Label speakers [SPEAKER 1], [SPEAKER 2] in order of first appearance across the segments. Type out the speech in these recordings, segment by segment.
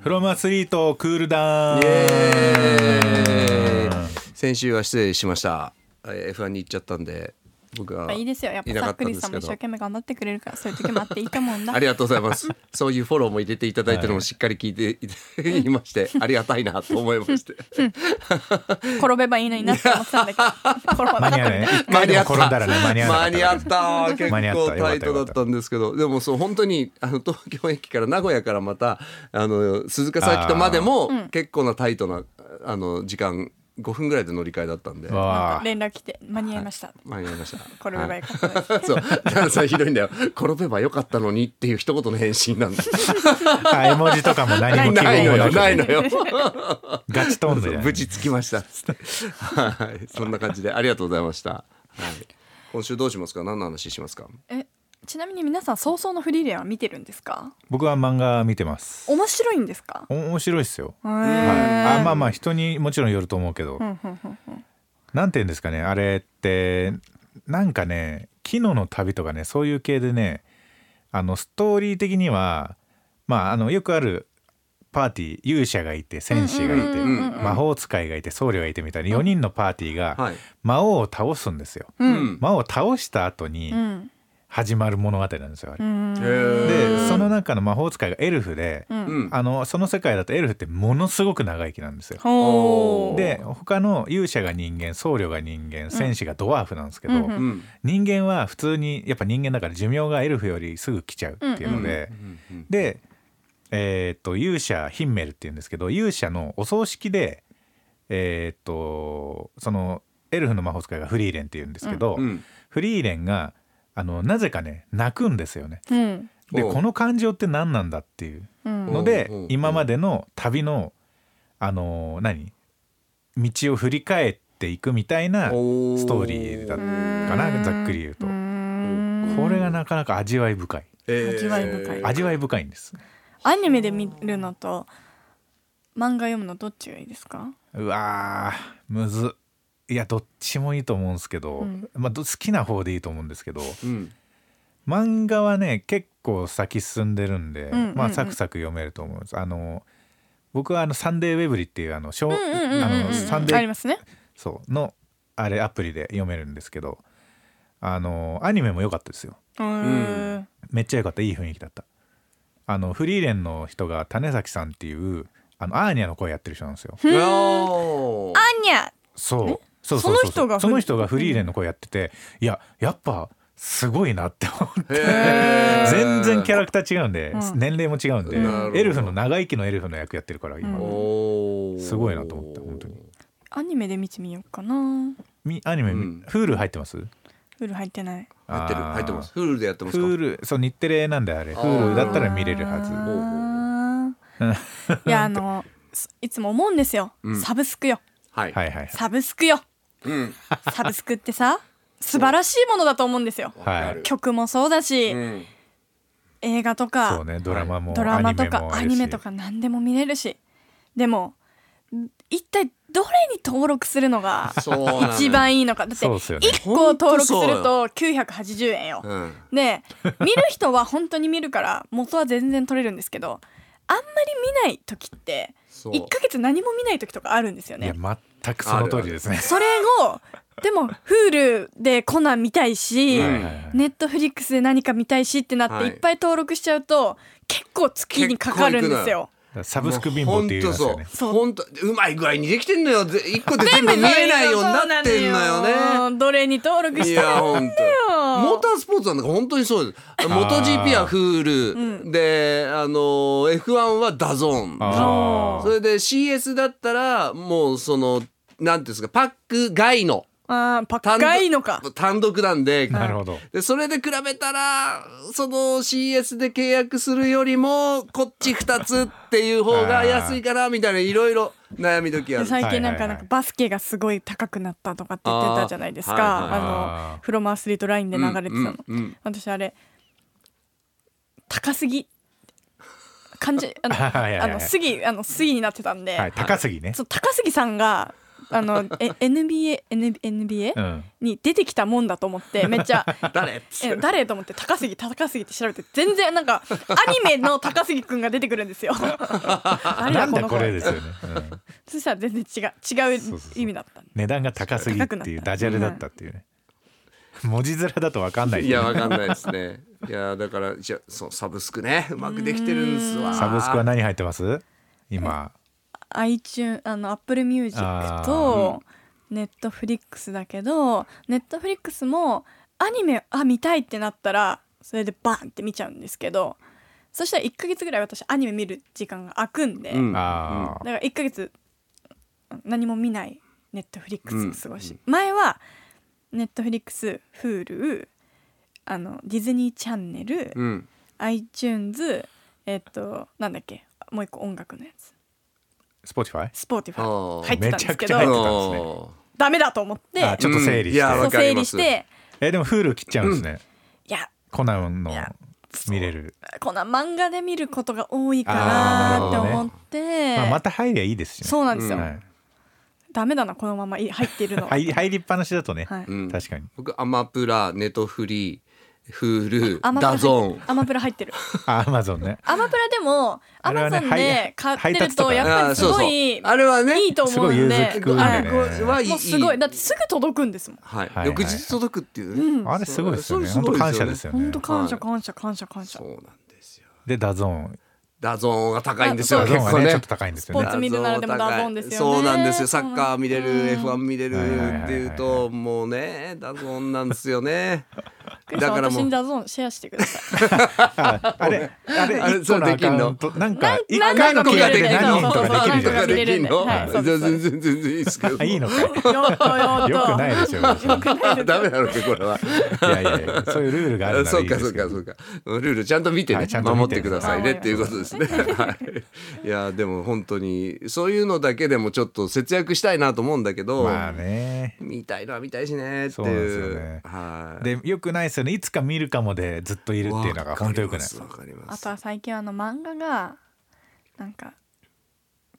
[SPEAKER 1] フロムアスリートクールダウ
[SPEAKER 2] イ
[SPEAKER 1] ン
[SPEAKER 2] エーイ先週は失礼しましたえー F1 に行っちゃったんで僕は
[SPEAKER 3] あいいですよやっぱ
[SPEAKER 2] いな
[SPEAKER 3] さ
[SPEAKER 2] か
[SPEAKER 3] っ
[SPEAKER 2] っ
[SPEAKER 3] く
[SPEAKER 2] たん
[SPEAKER 3] り
[SPEAKER 2] で
[SPEAKER 3] さ
[SPEAKER 2] すけ
[SPEAKER 3] んも
[SPEAKER 2] ど
[SPEAKER 3] 一生懸命頑張ってくれるからそういう時もあっていいと思うんだ
[SPEAKER 2] ありがとうございますそういうフォローも入れていただいてるのもしっかり聞いていいましてありがたいなと思いま して
[SPEAKER 3] 転べばいいのになって思ってたんだけど 転ば
[SPEAKER 1] 間
[SPEAKER 3] な
[SPEAKER 1] に
[SPEAKER 3] か
[SPEAKER 1] 合わ
[SPEAKER 3] った
[SPEAKER 1] ない
[SPEAKER 2] 間に
[SPEAKER 1] ね
[SPEAKER 3] みたい
[SPEAKER 2] 合った
[SPEAKER 1] 転んだらね間に合
[SPEAKER 2] 間
[SPEAKER 1] わなかった
[SPEAKER 2] に合った結
[SPEAKER 1] 間に合った
[SPEAKER 2] 構
[SPEAKER 1] よかった
[SPEAKER 2] タイトだったんですけどでもそう本当にあの東京駅から名古屋からまたあの鈴鹿サーキットまでも結構なタイトなあの時間5分ぐらいで乗り換えだったんで
[SPEAKER 3] な
[SPEAKER 1] わ
[SPEAKER 3] 連絡来て間に合いました、
[SPEAKER 2] 間に合いました
[SPEAKER 3] 転べばよかったで す、
[SPEAKER 2] そう、ダンさんひどいんだよ。転べばよかったのにっていう一言の返信なんだ。
[SPEAKER 1] ああ絵文字とかも何も記
[SPEAKER 2] ない
[SPEAKER 1] 号
[SPEAKER 2] の
[SPEAKER 1] もな
[SPEAKER 2] よ、
[SPEAKER 1] く
[SPEAKER 2] ないのよ。
[SPEAKER 1] ガチトンズやね
[SPEAKER 2] 無事つきました。つってはい、そんな感じでありがとうございました。はい、今週どうしますか、何の話しますか。
[SPEAKER 3] えちなみに皆さん早々のフリーレンは見てるんですか
[SPEAKER 1] 僕は漫画見てます
[SPEAKER 3] 面白いんですか
[SPEAKER 1] お面白いっすよ
[SPEAKER 3] へー
[SPEAKER 1] はい、あまあまあ人にもちろんよると思うけど、なんて言うんですかねあれってなんかね「昨日の旅」とかねそういう系でねあのストーリー的にはまああのよくあるパーティー勇者がいて戦士がいて、
[SPEAKER 2] う
[SPEAKER 3] うん
[SPEAKER 2] んうん
[SPEAKER 1] 魔法使いがいて僧侶がいてみたいな4人のパーティーが
[SPEAKER 2] はい。
[SPEAKER 1] 魔王を倒すんですよ。
[SPEAKER 3] う
[SPEAKER 2] うんん。
[SPEAKER 1] 魔王を倒した後に
[SPEAKER 3] うん
[SPEAKER 1] 始まる物語なんですよあ
[SPEAKER 3] う
[SPEAKER 1] れ。
[SPEAKER 3] ん
[SPEAKER 1] でその
[SPEAKER 2] 中
[SPEAKER 1] 中の魔法使いがエルフで、
[SPEAKER 3] う
[SPEAKER 2] うんん。
[SPEAKER 1] あのその世界だとエルフってものすごく長生きなんですよ。
[SPEAKER 3] ほう
[SPEAKER 1] で他の勇者が人間僧侶が人間戦士がドワーフなんですけど、
[SPEAKER 3] うんうん
[SPEAKER 2] うん。
[SPEAKER 1] 人間は普通にやっぱ人間だから寿命がエルフよりすぐ来ちゃうっていう
[SPEAKER 2] う
[SPEAKER 1] の
[SPEAKER 2] ん
[SPEAKER 1] で、
[SPEAKER 2] うん
[SPEAKER 1] で、えーっと勇者ヒンメルっていうんですけど勇者のお葬式でえーっとそのエルフの魔法使いがフリーレンっていうんですけど、
[SPEAKER 2] うん。
[SPEAKER 1] フリーレンがあのなぜかね泣くんですよね。
[SPEAKER 3] うん
[SPEAKER 1] で
[SPEAKER 2] おう
[SPEAKER 1] この感情って何なんだっていう
[SPEAKER 3] うん
[SPEAKER 2] お
[SPEAKER 1] ので
[SPEAKER 2] うんうん
[SPEAKER 1] 今までの旅のあのー何道を振り返っていくみたいなか
[SPEAKER 2] お
[SPEAKER 1] ストーリーだったなざっくり言うと
[SPEAKER 3] うん
[SPEAKER 1] これがなかなか味わい深い
[SPEAKER 3] 味わい深い
[SPEAKER 1] 味わい深いんです
[SPEAKER 3] アニメで見るのと漫画読むのどっちがいいですか
[SPEAKER 1] うわーむずっいやどっちもいいと思うんですけど、
[SPEAKER 3] うん
[SPEAKER 1] まあ、ど好きな方でいいと思うんですけど
[SPEAKER 2] うん。
[SPEAKER 1] 漫画はね結構先進んでるんで、
[SPEAKER 3] うんうんうん
[SPEAKER 1] まあ、サクサク読めると思うんですあの僕はあの「サンデーウェブリ」っていうあの小
[SPEAKER 3] う
[SPEAKER 1] あ
[SPEAKER 3] んうんうんうん
[SPEAKER 1] のサン
[SPEAKER 3] うん
[SPEAKER 1] デー
[SPEAKER 3] ありますね
[SPEAKER 1] そうのあれアプリで読めるんですけどあのアニメも良かったですよ
[SPEAKER 3] うん
[SPEAKER 1] めっちゃ良かったいい雰囲気だったあのフリーレンの人が種崎さんっていうあのアーニャの声やってる人なんですよ
[SPEAKER 2] うんおー
[SPEAKER 3] アンニャ
[SPEAKER 1] そう
[SPEAKER 3] え
[SPEAKER 1] そうそうそう
[SPEAKER 3] その人が
[SPEAKER 1] その人がフリーレンの声やってていややっぱすごいなって思って
[SPEAKER 2] へー
[SPEAKER 1] 全然キャラクター違うんで、
[SPEAKER 3] うん
[SPEAKER 1] 年齢も違うんで、
[SPEAKER 3] なる
[SPEAKER 2] ほど
[SPEAKER 1] エルフの長生きのエルフの役やってるから今、
[SPEAKER 2] おー
[SPEAKER 1] すごいなと思った本当に
[SPEAKER 3] アニメで見てみようかな
[SPEAKER 1] みアニメ、
[SPEAKER 2] う
[SPEAKER 1] フ
[SPEAKER 2] ん
[SPEAKER 1] Hulu 入ってます
[SPEAKER 3] フル入ってない
[SPEAKER 2] 入ってる
[SPEAKER 1] あー
[SPEAKER 2] 入ってます。フルでやってますか。
[SPEAKER 1] Hulu そう日テレなんであれ
[SPEAKER 2] あー
[SPEAKER 1] Hulu だったら見れるはず
[SPEAKER 3] ずいやあのすいつも思うんですよ、
[SPEAKER 2] うん
[SPEAKER 3] サブスクよ
[SPEAKER 2] はい。
[SPEAKER 1] はいはい
[SPEAKER 3] サブスクよ
[SPEAKER 2] うん。
[SPEAKER 3] サブスクっ てさ素晴らしいものだと思うんですよ
[SPEAKER 1] はい
[SPEAKER 2] わかる
[SPEAKER 3] 曲もそうだし、
[SPEAKER 2] うん。
[SPEAKER 3] 映画と
[SPEAKER 1] そう
[SPEAKER 3] か、
[SPEAKER 1] ねドラマも
[SPEAKER 3] ドラマとか
[SPEAKER 1] あ
[SPEAKER 3] ア
[SPEAKER 1] るし
[SPEAKER 3] ニメとか何でも見れるしでもん一体どれに登録するのが
[SPEAKER 2] そうなのよ
[SPEAKER 3] 一番いいのかだって
[SPEAKER 1] そうっすよね
[SPEAKER 3] 1個登録すると980円よ
[SPEAKER 2] うん。
[SPEAKER 3] で見る人は本当に見るから元は全然取れるんですけどあんまり見ない時って
[SPEAKER 2] そう。
[SPEAKER 3] 1ヶ月何も見ない時とかあるんですよ
[SPEAKER 1] いや
[SPEAKER 3] ね。
[SPEAKER 1] 全くその通りですね
[SPEAKER 3] それをでも Hulu でコナン見たいし、
[SPEAKER 2] うん
[SPEAKER 1] はいはいはい
[SPEAKER 3] ネットフリックスで何か見たいしってなって
[SPEAKER 2] はい
[SPEAKER 3] いっぱい登録しちゃうと、結構月にかかるんですよ。
[SPEAKER 1] サブスク貧乏っていうやつよね
[SPEAKER 3] そう
[SPEAKER 2] 本当うまい具合にできてんのよ。ぜ一個で全部見えないようになってんのよ
[SPEAKER 3] ね。どれに登録
[SPEAKER 2] ね。い
[SPEAKER 3] した
[SPEAKER 2] や
[SPEAKER 3] ら
[SPEAKER 2] 本当。モータースポーツなんか本当にそうです。モト GP はフールで、あの F1 はダゾーン。
[SPEAKER 1] あ
[SPEAKER 2] そ
[SPEAKER 1] ー
[SPEAKER 2] れで CS だったらもうそのなんていうんですかパック外の
[SPEAKER 3] あーパッカいいのか。
[SPEAKER 2] 単独なんで。
[SPEAKER 1] なるほど
[SPEAKER 2] でそれで比べたらその CS で契約するよりもこっち2つっていう方が安いからみたいないろいろ悩み時ある。
[SPEAKER 3] 最近なん
[SPEAKER 1] は
[SPEAKER 3] か
[SPEAKER 1] いはい
[SPEAKER 3] な
[SPEAKER 1] はい
[SPEAKER 3] んかバスケがすごい高くなったとかって言ってたじゃないですか。
[SPEAKER 2] あ
[SPEAKER 3] あ,、
[SPEAKER 2] ーはい
[SPEAKER 1] はいあー
[SPEAKER 3] のフロマアスリートラインで流れてたの。
[SPEAKER 2] うんうん
[SPEAKER 3] 私あれ高すぎ感じあ の
[SPEAKER 1] はいはいはい
[SPEAKER 3] あの杉あの杉になってたんで、
[SPEAKER 1] はい高杉ね
[SPEAKER 3] そう高杉さんがあのえ NBA, N NBA
[SPEAKER 1] うん
[SPEAKER 3] に出てきたもんだと 思ってめっちゃ
[SPEAKER 2] 誰っつっ
[SPEAKER 3] え
[SPEAKER 2] て
[SPEAKER 3] 誰と思って高杉高杉って調べて全然なんかアニメの高杉くんが出てくるんです よ。誰
[SPEAKER 1] なんだ
[SPEAKER 3] の
[SPEAKER 1] こ
[SPEAKER 3] 声
[SPEAKER 1] れですよね、うん
[SPEAKER 3] そしたら全然違う違
[SPEAKER 1] そううそう
[SPEAKER 3] 意味だったんで
[SPEAKER 1] 値段が高すぎって
[SPEAKER 3] 高くなっ
[SPEAKER 1] いう
[SPEAKER 3] た
[SPEAKER 1] ダジャレだったっていうね、文字面だと分かんない
[SPEAKER 2] いやわかんないですねいやだからじゃそうサブスクねうまくできてるんですわ
[SPEAKER 1] サブスクは何入ってます今
[SPEAKER 3] iTunes あの Apple Music
[SPEAKER 1] あー
[SPEAKER 3] と Netflix だけど Netflix もアニメあ見たいってなったらそれでバンって見ちゃうんですけどそしたら1ヶ月ぐらい私アニメ見る時間が空くんで、
[SPEAKER 2] うん
[SPEAKER 1] あ
[SPEAKER 3] だから1ヶ月何も見ないネットフリックスを過ごし、前はネットフリックス Hulu あのディズニーチャンネル、
[SPEAKER 2] うん
[SPEAKER 3] iTunes えっとなんだっけもう一個音楽のやつ
[SPEAKER 1] スポティファイ
[SPEAKER 3] Spotify
[SPEAKER 2] あー
[SPEAKER 3] 入ってたんですけ
[SPEAKER 1] めちゃくちゃ入ってた
[SPEAKER 3] どダメだと思って
[SPEAKER 1] あちょっと整理して
[SPEAKER 2] いや
[SPEAKER 3] そう
[SPEAKER 2] わかり
[SPEAKER 3] 整
[SPEAKER 2] ま
[SPEAKER 3] 理
[SPEAKER 2] す
[SPEAKER 3] して
[SPEAKER 1] えでも Hulu 切っちゃうんですね、
[SPEAKER 3] いや
[SPEAKER 1] コナンの
[SPEAKER 3] いや
[SPEAKER 1] 見れる、
[SPEAKER 3] こんな漫画で見ることが多いか
[SPEAKER 1] あー
[SPEAKER 3] なって
[SPEAKER 1] なるほど
[SPEAKER 3] 思
[SPEAKER 1] ね
[SPEAKER 3] って、
[SPEAKER 1] まあ、また入りゃいいですしね
[SPEAKER 3] そうなんですよ、
[SPEAKER 1] はい
[SPEAKER 3] ダメだなこのままい入っているのは、
[SPEAKER 1] 入り入りっぱなしだとね、
[SPEAKER 3] はい
[SPEAKER 2] うん
[SPEAKER 1] 確かに
[SPEAKER 2] 僕アマプラネトフリーフール
[SPEAKER 3] アマプラ
[SPEAKER 2] ダゾーン
[SPEAKER 3] アマプラ入ってる
[SPEAKER 1] アマゾンね
[SPEAKER 3] アマプラでもア
[SPEAKER 1] あれ
[SPEAKER 3] マ
[SPEAKER 1] は
[SPEAKER 3] ゾ
[SPEAKER 1] ね
[SPEAKER 3] ン
[SPEAKER 1] はい
[SPEAKER 3] で買ってる
[SPEAKER 1] 配
[SPEAKER 3] と
[SPEAKER 1] 達とか
[SPEAKER 3] やっぱりす
[SPEAKER 2] あーそう
[SPEAKER 3] ご
[SPEAKER 2] そう
[SPEAKER 3] いいい
[SPEAKER 2] あれはね
[SPEAKER 3] と思う
[SPEAKER 1] すご
[SPEAKER 3] んで、
[SPEAKER 1] い融通利くんでね
[SPEAKER 3] は
[SPEAKER 2] あ
[SPEAKER 3] い
[SPEAKER 2] れはいい
[SPEAKER 3] もうすごいだってすぐ届くんですもん。
[SPEAKER 2] はい
[SPEAKER 1] はい
[SPEAKER 2] 翌日届くっていうね、
[SPEAKER 3] うん
[SPEAKER 1] あれすごいですよね
[SPEAKER 2] それ
[SPEAKER 1] 本当感謝ですよね
[SPEAKER 3] 本当感謝感謝感謝感謝
[SPEAKER 2] そ。うなんですよ
[SPEAKER 1] でダゾーン
[SPEAKER 2] ダゾーンが高いんですよ
[SPEAKER 3] あ
[SPEAKER 1] ダ
[SPEAKER 2] 結
[SPEAKER 1] ゾーンは
[SPEAKER 2] 構
[SPEAKER 1] ね
[SPEAKER 2] ね
[SPEAKER 1] ちょっと高いんですよ
[SPEAKER 3] スポー
[SPEAKER 1] ね
[SPEAKER 3] ツ見るならでもダゾーンですよね
[SPEAKER 2] そうなんですよ
[SPEAKER 3] そ
[SPEAKER 2] サ
[SPEAKER 3] うなん
[SPEAKER 2] ッ
[SPEAKER 3] です
[SPEAKER 2] カー見れる、F1 見れる
[SPEAKER 1] はいはいはいはい
[SPEAKER 2] っていうともうねダゾーンなんですよね
[SPEAKER 3] クリス
[SPEAKER 2] だ
[SPEAKER 3] さん
[SPEAKER 2] から
[SPEAKER 3] 私
[SPEAKER 2] もう
[SPEAKER 3] にダゾーンシェアしてください。
[SPEAKER 1] ああれあれ
[SPEAKER 2] あれ
[SPEAKER 1] 一個
[SPEAKER 2] それ
[SPEAKER 1] の
[SPEAKER 2] で
[SPEAKER 1] ア
[SPEAKER 2] きん
[SPEAKER 1] カ
[SPEAKER 2] の
[SPEAKER 1] ウントなんか一
[SPEAKER 3] なん
[SPEAKER 1] 回の
[SPEAKER 3] なんか
[SPEAKER 1] 契約で何人と
[SPEAKER 3] そうそう
[SPEAKER 1] かできるじゃない
[SPEAKER 3] そうそう
[SPEAKER 2] できるの
[SPEAKER 3] はいそう
[SPEAKER 2] じゃ
[SPEAKER 3] で
[SPEAKER 2] あ
[SPEAKER 3] す
[SPEAKER 2] 全然全然いいですけど
[SPEAKER 1] あいいのかい
[SPEAKER 3] よっとよっと。
[SPEAKER 1] よくないですよ別に
[SPEAKER 2] あダメなのかこれは
[SPEAKER 1] いやいやいやそういうルールがあるなら
[SPEAKER 2] そ
[SPEAKER 1] いういで
[SPEAKER 2] かそ
[SPEAKER 1] す
[SPEAKER 2] う
[SPEAKER 1] けど
[SPEAKER 2] かそうかルールちゃんと見てね、
[SPEAKER 1] はいちゃんと見て
[SPEAKER 2] 守ってくださいねっていうことですね。はい、いやでも本当にそういうのだけでもちょっと節約したいなと思うんだけど、
[SPEAKER 1] まあね
[SPEAKER 2] 見たいのは見たいしねって
[SPEAKER 1] そうなんですよ
[SPEAKER 2] いう。
[SPEAKER 1] ね
[SPEAKER 2] はい。
[SPEAKER 1] でよくないですよねいつか見るかもでずっといるっていうのが本当よくない
[SPEAKER 2] わかりま
[SPEAKER 3] あ
[SPEAKER 2] す
[SPEAKER 3] と
[SPEAKER 2] わか
[SPEAKER 3] は最近あの漫画がなんか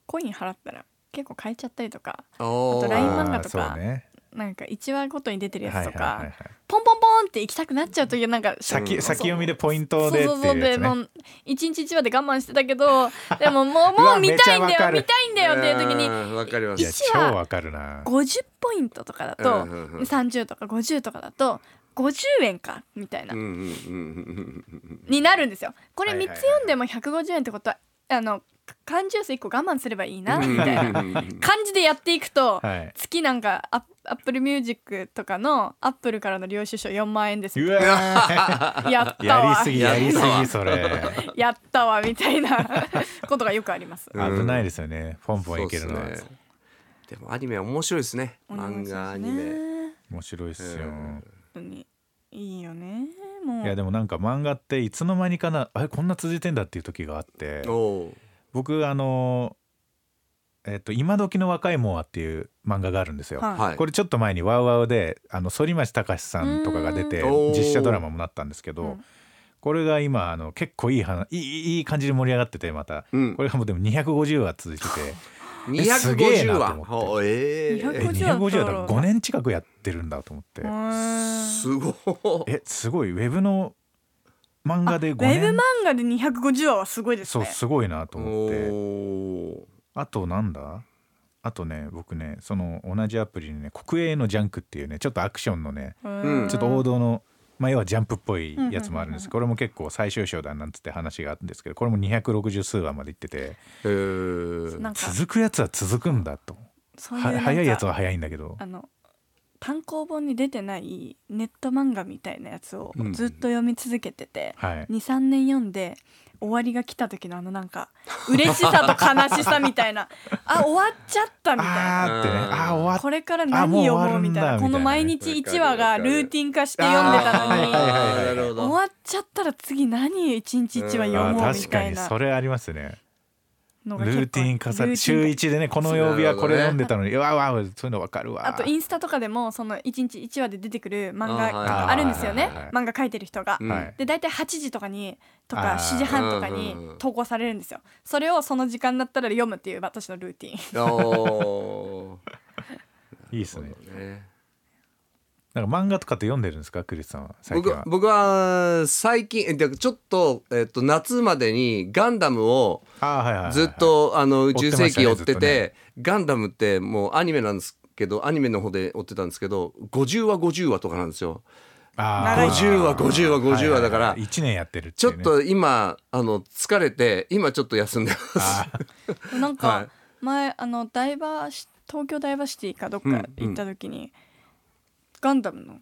[SPEAKER 3] コイン払ったら結構買えちゃったりとか、
[SPEAKER 2] ります。お
[SPEAKER 3] あと
[SPEAKER 1] あ
[SPEAKER 3] LINE
[SPEAKER 2] ー
[SPEAKER 3] 漫画
[SPEAKER 1] ー
[SPEAKER 3] と
[SPEAKER 1] そ
[SPEAKER 3] か
[SPEAKER 1] うね
[SPEAKER 3] なんか一話ごとに出てるやつと
[SPEAKER 1] はいはいはい
[SPEAKER 3] か
[SPEAKER 1] はい、
[SPEAKER 3] ポンポンポンって行きたくなっちゃうというなんか
[SPEAKER 1] 先先読みでポイン
[SPEAKER 3] そ
[SPEAKER 1] ト
[SPEAKER 3] う
[SPEAKER 1] でって
[SPEAKER 3] そうそう
[SPEAKER 1] いうや
[SPEAKER 3] で
[SPEAKER 1] つ
[SPEAKER 3] も
[SPEAKER 1] ね
[SPEAKER 3] う一日一話で我慢してた けどでももう
[SPEAKER 1] う
[SPEAKER 3] も
[SPEAKER 1] わ
[SPEAKER 3] う見たいん
[SPEAKER 1] め
[SPEAKER 3] だ
[SPEAKER 1] っちゃわか
[SPEAKER 3] よ
[SPEAKER 1] る
[SPEAKER 3] 見たいんだよっていう時に
[SPEAKER 2] うんわかりま
[SPEAKER 1] いや
[SPEAKER 2] す。
[SPEAKER 1] 超わかるな
[SPEAKER 3] 50ポイントとかだ
[SPEAKER 2] う
[SPEAKER 3] と
[SPEAKER 2] んうんうん
[SPEAKER 3] 30とか50とかだと50円かみたいな
[SPEAKER 2] うんうんうんうん
[SPEAKER 3] になるんですよ。これ
[SPEAKER 1] はいはい
[SPEAKER 3] 3
[SPEAKER 1] はい
[SPEAKER 3] つ読んでも150円ってことはあの缶ジュース1個我慢すればいいな
[SPEAKER 2] うん
[SPEAKER 3] みたいな
[SPEAKER 2] うんうんうん
[SPEAKER 3] 感じでやっていくと
[SPEAKER 1] はい
[SPEAKER 3] 月なんかアッアップルミュージックとかのアップルからの領収書4万円です
[SPEAKER 1] うわー
[SPEAKER 3] やった
[SPEAKER 1] やり
[SPEAKER 3] わ
[SPEAKER 1] すぎやりす
[SPEAKER 2] やった
[SPEAKER 1] ぎ
[SPEAKER 2] わ
[SPEAKER 1] それ
[SPEAKER 3] やったわみたいなことがよくあります。
[SPEAKER 2] うん
[SPEAKER 1] 危ないですよねポンポンいけるの
[SPEAKER 2] そう
[SPEAKER 1] は
[SPEAKER 2] っすねでもアニメ面白いですね。漫画アニメ。
[SPEAKER 3] 本
[SPEAKER 1] 面白いっすよ
[SPEAKER 2] うん
[SPEAKER 3] 当にいいよねもう
[SPEAKER 1] いやでもなんか漫画っていつの間にかなあれこんな続いてんだっていう時があって
[SPEAKER 2] おう
[SPEAKER 1] 僕あのえっと今時の若いもんはっていう漫画があるんですよ
[SPEAKER 3] はい
[SPEAKER 2] はい。
[SPEAKER 1] これちょっと前に「ワウワウであの反町隆史さんとかが出て
[SPEAKER 2] うーん
[SPEAKER 1] 実写ドラマもなったんですけ
[SPEAKER 3] う
[SPEAKER 1] ど
[SPEAKER 3] ん
[SPEAKER 1] これが今あの結構いい話いいいい感じで盛り上がっててまた
[SPEAKER 2] うん
[SPEAKER 1] これがもうでも250話続いてて
[SPEAKER 2] 二
[SPEAKER 1] す
[SPEAKER 2] 百五
[SPEAKER 1] げえ
[SPEAKER 2] 十
[SPEAKER 1] なと
[SPEAKER 2] 話
[SPEAKER 1] 思って。
[SPEAKER 2] ほうえ
[SPEAKER 1] え
[SPEAKER 2] え
[SPEAKER 3] 250話
[SPEAKER 1] 250話だから5年近くやってるんだと思って
[SPEAKER 3] うん
[SPEAKER 2] すごい。
[SPEAKER 1] えすごいウェブの漫画で
[SPEAKER 3] ウ
[SPEAKER 1] 5
[SPEAKER 3] ェブ漫
[SPEAKER 1] 年
[SPEAKER 3] 画で250話はすごいです
[SPEAKER 1] そう
[SPEAKER 3] ね
[SPEAKER 1] すごいなと思って。
[SPEAKER 2] お
[SPEAKER 1] あとなんだあとね僕ねその同じアプリにね「国営のジャンク」っていうねちょっとアクションのね
[SPEAKER 2] うん
[SPEAKER 1] ちょっと王道の、まあ、要はジャンプっぽいやつもあるんですこれも結構最終章だなんつって話があるんですけどこれも260数話までいってて
[SPEAKER 2] ーへえ
[SPEAKER 3] なんか
[SPEAKER 1] 続くやつは続くんだと
[SPEAKER 3] そういうなん
[SPEAKER 1] は
[SPEAKER 3] か
[SPEAKER 1] 早いやつは早いんだけど
[SPEAKER 3] あの単行本に出てないネット漫画みたいなやつを
[SPEAKER 2] うん
[SPEAKER 3] ずっと読み続けてて、
[SPEAKER 1] はい
[SPEAKER 3] 23年読んで終わりが来た時のあのなんか嬉しさと悲しさみた いなあ終わっちゃったみたいな
[SPEAKER 1] あーってね
[SPEAKER 2] うん
[SPEAKER 1] あー終わっ
[SPEAKER 3] これから何読も
[SPEAKER 1] あもう終わる
[SPEAKER 3] うみたいな
[SPEAKER 1] んだみたいなね
[SPEAKER 3] この毎日1話がルーティン化して読んでたのに、
[SPEAKER 1] あーはいはいはい
[SPEAKER 2] なるほど
[SPEAKER 3] 終わっちゃったら次何1日1話読
[SPEAKER 1] あ
[SPEAKER 3] もう
[SPEAKER 1] ー
[SPEAKER 3] み
[SPEAKER 1] 確か
[SPEAKER 3] たい
[SPEAKER 1] に
[SPEAKER 3] な
[SPEAKER 1] それありますね
[SPEAKER 3] のが結構
[SPEAKER 1] ルーティン化さ
[SPEAKER 3] ルーティン化
[SPEAKER 1] 週一でねこの曜日はこれ読んでたのに、うわうわうわそういうの分かるわ
[SPEAKER 3] あとインスタとかでもその1日1話で出てくる漫画
[SPEAKER 2] あーはい
[SPEAKER 3] があるんですよ
[SPEAKER 1] はい
[SPEAKER 3] ね
[SPEAKER 1] はいはい
[SPEAKER 3] 漫画描いてる人が。
[SPEAKER 2] うん
[SPEAKER 1] はい
[SPEAKER 3] で大体8時とかにと
[SPEAKER 1] あ
[SPEAKER 3] か
[SPEAKER 1] ー
[SPEAKER 3] 7時半とかに
[SPEAKER 2] うんうんうん
[SPEAKER 3] 投稿されるんですよそれをその時間になったら読むっていう私のルーティン
[SPEAKER 2] おー
[SPEAKER 1] いいですね
[SPEAKER 2] そうだね
[SPEAKER 1] なんか漫画とかって読んでるんですかクリスさんは最
[SPEAKER 2] 僕
[SPEAKER 1] 近
[SPEAKER 2] は
[SPEAKER 1] は
[SPEAKER 2] 僕は最近えだからちょっと,、えっと夏までにガンダムを
[SPEAKER 1] あーはいはいはいはい
[SPEAKER 2] ずっとあの宇
[SPEAKER 1] 追って
[SPEAKER 2] 宙
[SPEAKER 1] ましたね
[SPEAKER 2] 世紀追って
[SPEAKER 1] ずっと
[SPEAKER 2] て
[SPEAKER 1] ね
[SPEAKER 2] ガンダムってもうアニメなんですけどアニメの方で追ってたんですけど50話50話とかなんですよ
[SPEAKER 1] あー
[SPEAKER 2] 50は50は50はだから
[SPEAKER 1] いいい1年やってるって
[SPEAKER 2] ち
[SPEAKER 1] い
[SPEAKER 2] ょ
[SPEAKER 1] う
[SPEAKER 2] っ
[SPEAKER 1] ね
[SPEAKER 2] と今あの疲れて今ちょっと休んでます
[SPEAKER 1] あ ー
[SPEAKER 3] なん
[SPEAKER 2] は
[SPEAKER 3] か
[SPEAKER 2] い
[SPEAKER 3] 前、あのダイバーシ東京ダイバーシティかどっか行った時に、ガンダムの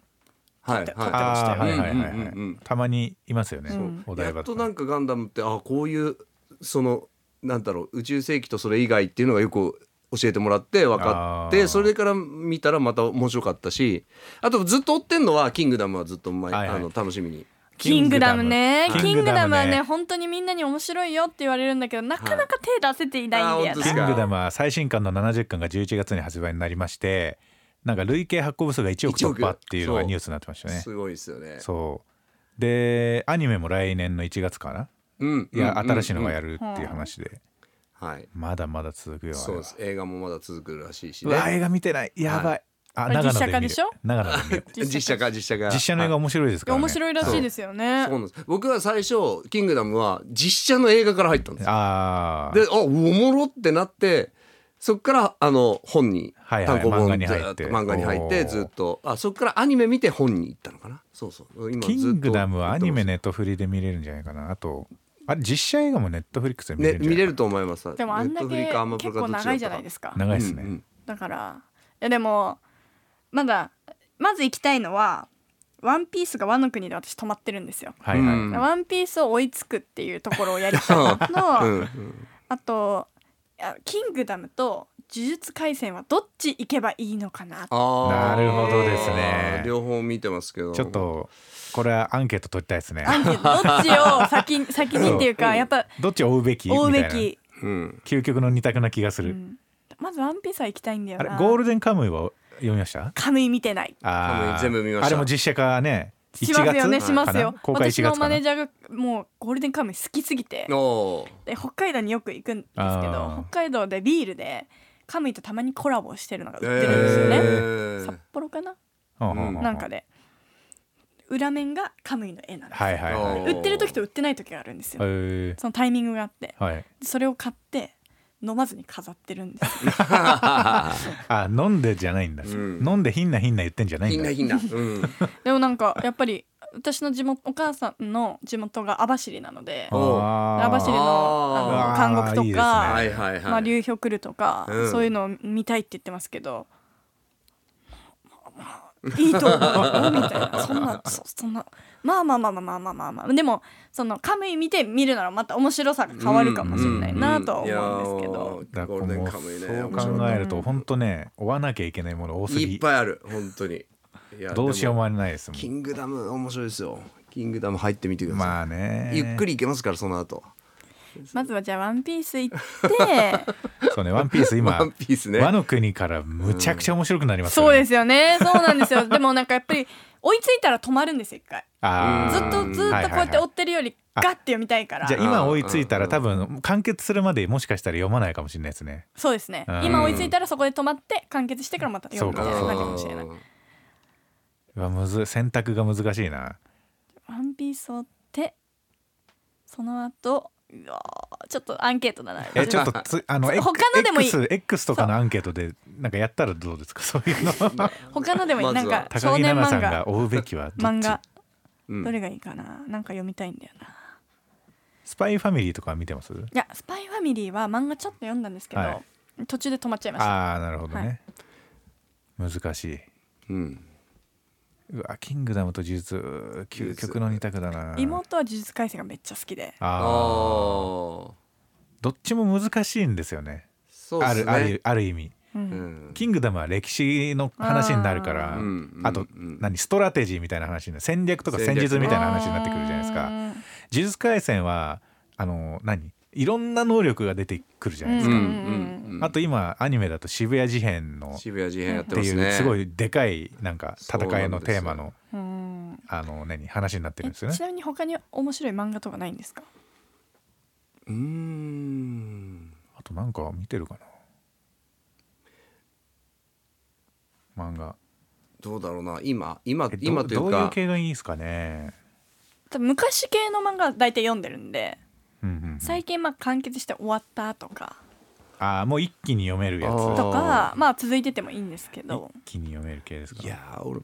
[SPEAKER 2] はい
[SPEAKER 3] 撮って
[SPEAKER 2] は
[SPEAKER 3] ました
[SPEAKER 1] あ
[SPEAKER 3] よ
[SPEAKER 1] ーはいはいはい
[SPEAKER 2] うんうんうんうん
[SPEAKER 1] はいたまにいますよね
[SPEAKER 3] うん
[SPEAKER 1] お
[SPEAKER 2] いや
[SPEAKER 1] 台
[SPEAKER 2] っ
[SPEAKER 1] 場
[SPEAKER 2] と
[SPEAKER 1] と
[SPEAKER 2] な
[SPEAKER 1] か
[SPEAKER 2] んかガンダムってあこういうそのなんだろう宇宙世紀とそれ以外っていうのがよく教えてもらって分かっ
[SPEAKER 1] あ
[SPEAKER 2] て
[SPEAKER 1] ー
[SPEAKER 2] それから見たらまた面白かったしあとずっと追ってんのは「キングダム」はずっと前、
[SPEAKER 1] はいはい
[SPEAKER 2] あの楽しみに
[SPEAKER 3] キングダムね
[SPEAKER 1] キングダム
[SPEAKER 3] キングダムは
[SPEAKER 1] キングダム
[SPEAKER 3] ね
[SPEAKER 1] ね
[SPEAKER 3] 本当にみんなに面白いよって言われるんだけどなかなか手出せていないんだよ
[SPEAKER 2] あー本当で
[SPEAKER 1] キ
[SPEAKER 2] す
[SPEAKER 1] ン
[SPEAKER 2] か
[SPEAKER 3] ね
[SPEAKER 1] グダムは最新刊の70巻が11月に発売になりましてなんか累計発行部数が1億突破っていうのがニュースになってましたね
[SPEAKER 2] すごいですよね。
[SPEAKER 1] そうでアニメも来年の1月かな
[SPEAKER 2] うん
[SPEAKER 1] いや新しいのがや
[SPEAKER 2] る、
[SPEAKER 1] るっていう話で
[SPEAKER 2] はい
[SPEAKER 1] まだまだ続くよあ
[SPEAKER 2] そ
[SPEAKER 1] れ
[SPEAKER 2] う
[SPEAKER 1] は
[SPEAKER 2] です映画もまだ続くらしいし
[SPEAKER 1] うわ
[SPEAKER 2] ね
[SPEAKER 1] 映画見てないやば
[SPEAKER 2] はい
[SPEAKER 1] あ
[SPEAKER 3] れ
[SPEAKER 1] 長
[SPEAKER 3] 実写
[SPEAKER 1] 野で
[SPEAKER 3] 化
[SPEAKER 1] 見
[SPEAKER 3] で
[SPEAKER 1] る
[SPEAKER 3] しょ
[SPEAKER 1] 長野で 見る
[SPEAKER 2] 実写化実写化
[SPEAKER 1] 実写の映画面白いですからね
[SPEAKER 3] 面白いらしいですよ
[SPEAKER 2] は
[SPEAKER 3] ね
[SPEAKER 2] いそうなんです僕は最初「キングダム」は実写の映画から入ったんですよ
[SPEAKER 1] ああ
[SPEAKER 2] であおもろってなってそっからあの本に、
[SPEAKER 1] はいは
[SPEAKER 2] 単
[SPEAKER 1] い
[SPEAKER 2] 行本
[SPEAKER 1] 漫画に入っ
[SPEAKER 2] ず
[SPEAKER 1] て
[SPEAKER 2] ーと漫画に入って
[SPEAKER 1] おー
[SPEAKER 2] ずっとあそっからアニメ見て本に行ったのかなそうそう今
[SPEAKER 1] キ
[SPEAKER 2] ずっ
[SPEAKER 1] ン
[SPEAKER 2] と
[SPEAKER 1] グダムはアニメネットフリで見れるんじゃないかなあとあれ実写映画もネットフリックスで見れ
[SPEAKER 2] ね
[SPEAKER 1] るんじゃな
[SPEAKER 2] 見
[SPEAKER 1] いか
[SPEAKER 2] れると思います
[SPEAKER 3] でもあんだけ
[SPEAKER 2] Netflix アマプ
[SPEAKER 3] 結
[SPEAKER 2] ラど
[SPEAKER 3] 構
[SPEAKER 2] っちだった
[SPEAKER 3] 長いじゃないですか
[SPEAKER 1] な長いですね、
[SPEAKER 2] うんうん
[SPEAKER 3] だからいやでもまだまず行きたいのは「ワンピースがワノ国で私泊まってるんですよ。
[SPEAKER 1] はいはい、
[SPEAKER 2] うん
[SPEAKER 3] ワンピースを追いつくっていうところをやりた いのと、
[SPEAKER 2] うんうん
[SPEAKER 3] あといやキングダムと呪術廻戦はどっち行けばいいのかな
[SPEAKER 2] あー
[SPEAKER 1] なるほどですね
[SPEAKER 2] 両方見てますけど
[SPEAKER 1] ちょっとこれはアンケート取りたいですね
[SPEAKER 3] アンケートどっちを 先に先にっていうかやっぱ
[SPEAKER 1] どっちを追うべき
[SPEAKER 3] 追うべ
[SPEAKER 1] みたい
[SPEAKER 3] き、
[SPEAKER 2] うん
[SPEAKER 1] な究極の二択な気がす
[SPEAKER 3] う
[SPEAKER 1] る、
[SPEAKER 3] んまずワンピースは行きたいんだよ
[SPEAKER 1] あれ
[SPEAKER 3] な
[SPEAKER 1] ゴールデンカムイは読みました
[SPEAKER 3] カムイ見てない
[SPEAKER 1] あ
[SPEAKER 2] カムイ
[SPEAKER 1] ー
[SPEAKER 2] 全部見ました
[SPEAKER 1] あれも実写化ね1
[SPEAKER 3] し
[SPEAKER 1] 月
[SPEAKER 3] ま
[SPEAKER 1] か
[SPEAKER 3] す
[SPEAKER 1] な
[SPEAKER 3] よねしますよ
[SPEAKER 1] 公開1
[SPEAKER 3] 私の
[SPEAKER 1] 月
[SPEAKER 3] マ
[SPEAKER 1] かな
[SPEAKER 3] ネージャーがもうゴールデンカムイ好きすぎて
[SPEAKER 2] おー
[SPEAKER 3] で北海道によく行くんですけ
[SPEAKER 1] あ
[SPEAKER 3] ど
[SPEAKER 1] ー
[SPEAKER 3] 北海道でビールでカムイとたまにコラボしてるのが売って
[SPEAKER 2] え
[SPEAKER 3] るんですよね、
[SPEAKER 2] ー
[SPEAKER 3] 札幌かな、
[SPEAKER 1] うんうんう
[SPEAKER 3] なんかで裏面がカムイの絵なんです、
[SPEAKER 1] はいはいはい
[SPEAKER 2] おー
[SPEAKER 3] 売ってる時と売ってない時があるんですよ、
[SPEAKER 1] え
[SPEAKER 3] そのタイミングがあって
[SPEAKER 1] ーはい
[SPEAKER 3] それを買って飲まずに飾ってるんですよ
[SPEAKER 1] あ飲んでじゃないんだ、
[SPEAKER 2] ん
[SPEAKER 1] 飲んでひんなひんな言ってんじゃな い
[SPEAKER 2] ひ
[SPEAKER 1] ん
[SPEAKER 2] ん
[SPEAKER 1] だ
[SPEAKER 2] なひんな、うん、
[SPEAKER 3] でもなんかやっぱり私の地元お母さんの地元が網走なので
[SPEAKER 1] あ
[SPEAKER 2] お
[SPEAKER 1] ー
[SPEAKER 3] 網走の
[SPEAKER 2] あ
[SPEAKER 3] あ
[SPEAKER 1] ー
[SPEAKER 3] の監獄
[SPEAKER 1] いい
[SPEAKER 3] と
[SPEAKER 1] ですね
[SPEAKER 3] か
[SPEAKER 2] はいはいはい、
[SPEAKER 3] まあ、流氷るとか、
[SPEAKER 2] うん
[SPEAKER 3] そういうのを見たいって言ってますけど、まあまあいいと思うよみたいなそんなそそんなまあまあまあまあまあまあまあ、まあ、でもそのカムイ見て見るならまた面白さが変わるかもしれないなとは思うんですけど、
[SPEAKER 2] いやー
[SPEAKER 1] だか
[SPEAKER 2] ゴー
[SPEAKER 1] ら
[SPEAKER 2] ルデ
[SPEAKER 1] も
[SPEAKER 2] ン
[SPEAKER 1] う
[SPEAKER 2] カムイね面
[SPEAKER 1] そ
[SPEAKER 2] 白
[SPEAKER 1] う
[SPEAKER 2] い
[SPEAKER 1] 考えると本当ね追わなきゃいけないもの多す
[SPEAKER 2] いっ
[SPEAKER 1] ぎ
[SPEAKER 2] ぱいある本当にいや
[SPEAKER 1] どうしよう
[SPEAKER 2] で
[SPEAKER 1] もないですも
[SPEAKER 2] キ
[SPEAKER 1] ん
[SPEAKER 2] ングダム面白いですよキングダム入ってみてください、
[SPEAKER 1] まあね
[SPEAKER 2] ゆっくり行けますからその後
[SPEAKER 3] まずはじゃあ「ワンピース行って
[SPEAKER 1] そうねワンピー ス今
[SPEAKER 2] ワンピースね
[SPEAKER 1] ワの国からむちゃくちゃ面白くなります
[SPEAKER 3] そうですすよねそうなんですよでもなんかやっぱり追いついたら止まるんですよ一回
[SPEAKER 1] あ
[SPEAKER 3] ずっ
[SPEAKER 1] ー
[SPEAKER 3] とずっとこうやって追ってるよりガッて読みたいから
[SPEAKER 1] じゃあ今追いついた
[SPEAKER 2] う
[SPEAKER 1] ら
[SPEAKER 2] ん
[SPEAKER 1] 多分完結するまでもしかしたら読まないかもしれないですね
[SPEAKER 3] そうですね
[SPEAKER 1] うん
[SPEAKER 3] 今追いついたらそこで止まって完結してからまた読むみ
[SPEAKER 1] そ
[SPEAKER 3] た
[SPEAKER 1] うか
[SPEAKER 3] いな
[SPEAKER 1] そう
[SPEAKER 3] 感じかもしれない。
[SPEAKER 1] うわむず選択が難しいな
[SPEAKER 3] ワンピースを追ってその後うわーちょっとアンケートだな
[SPEAKER 1] えちょっとつあの
[SPEAKER 3] 他のでもいい
[SPEAKER 1] X, X とかのアンケートでなんかやったらどうですか そういうの
[SPEAKER 3] 他のでもいい、
[SPEAKER 2] ま
[SPEAKER 3] なん
[SPEAKER 2] ずは
[SPEAKER 3] か
[SPEAKER 1] 高
[SPEAKER 3] 少
[SPEAKER 1] 木奈
[SPEAKER 3] 年
[SPEAKER 1] 々さ
[SPEAKER 3] 漫
[SPEAKER 1] ん
[SPEAKER 3] 画
[SPEAKER 1] が追うべきはどっち
[SPEAKER 3] 漫画
[SPEAKER 2] うん
[SPEAKER 3] どれがいいかななんか読みたいんだよな
[SPEAKER 1] スパイファミリーとか見てます
[SPEAKER 3] いや「スパイファミリー」は漫画ちょっと読んだんですけど、
[SPEAKER 1] は
[SPEAKER 3] 途中で止まっちゃいました
[SPEAKER 1] ああなるほどね、難しい
[SPEAKER 2] うん
[SPEAKER 1] うわキングダムと呪術うー究極の二択だな
[SPEAKER 3] 妹は呪術廻戦がめっちゃ好きで
[SPEAKER 2] あ
[SPEAKER 1] あー
[SPEAKER 2] ー
[SPEAKER 1] どっちも難しいんですよね
[SPEAKER 2] そうで
[SPEAKER 1] あ
[SPEAKER 2] す
[SPEAKER 1] る
[SPEAKER 2] ね
[SPEAKER 1] あるある意味
[SPEAKER 2] うん
[SPEAKER 1] キングダムは歴史の話になるか
[SPEAKER 2] あ
[SPEAKER 1] らあ,、
[SPEAKER 2] ーうん
[SPEAKER 1] と、
[SPEAKER 2] うんうん
[SPEAKER 1] 何ストラテジーみたいな話に戦略とか
[SPEAKER 2] 戦
[SPEAKER 1] 戦
[SPEAKER 2] 略
[SPEAKER 1] 術みたいな話になってくるじゃないですか
[SPEAKER 3] う
[SPEAKER 1] 呪
[SPEAKER 3] ん
[SPEAKER 1] 術廻戦はあの何いろんな能力が出てくるじゃないです
[SPEAKER 2] うん
[SPEAKER 1] か、
[SPEAKER 2] うんうん
[SPEAKER 1] あと今アニメだと渋谷事変のっ
[SPEAKER 2] 渋谷事変やって
[SPEAKER 1] て
[SPEAKER 2] ます
[SPEAKER 1] い
[SPEAKER 2] ね
[SPEAKER 1] うすごいでかいなんか戦いのテーマの
[SPEAKER 3] うん
[SPEAKER 1] あの何話になってるんですよ
[SPEAKER 3] えち
[SPEAKER 1] ね
[SPEAKER 3] なみに他に面白い漫画とかないんですか
[SPEAKER 2] うーん
[SPEAKER 1] あとなんか見てるかな漫画
[SPEAKER 2] どうだろうな今今
[SPEAKER 1] えど
[SPEAKER 2] 今という
[SPEAKER 1] どういう
[SPEAKER 2] か
[SPEAKER 1] 系がいいですかね
[SPEAKER 3] 多分昔系の漫画は大体読んでるんで
[SPEAKER 1] うんうんうん
[SPEAKER 3] 最近まあ完結して終わったとか
[SPEAKER 1] ああもう一気に読めるや
[SPEAKER 2] あー
[SPEAKER 1] つ
[SPEAKER 3] とかまあ続いててもいいんですけど
[SPEAKER 1] 一気に読める系ですか
[SPEAKER 2] いやー俺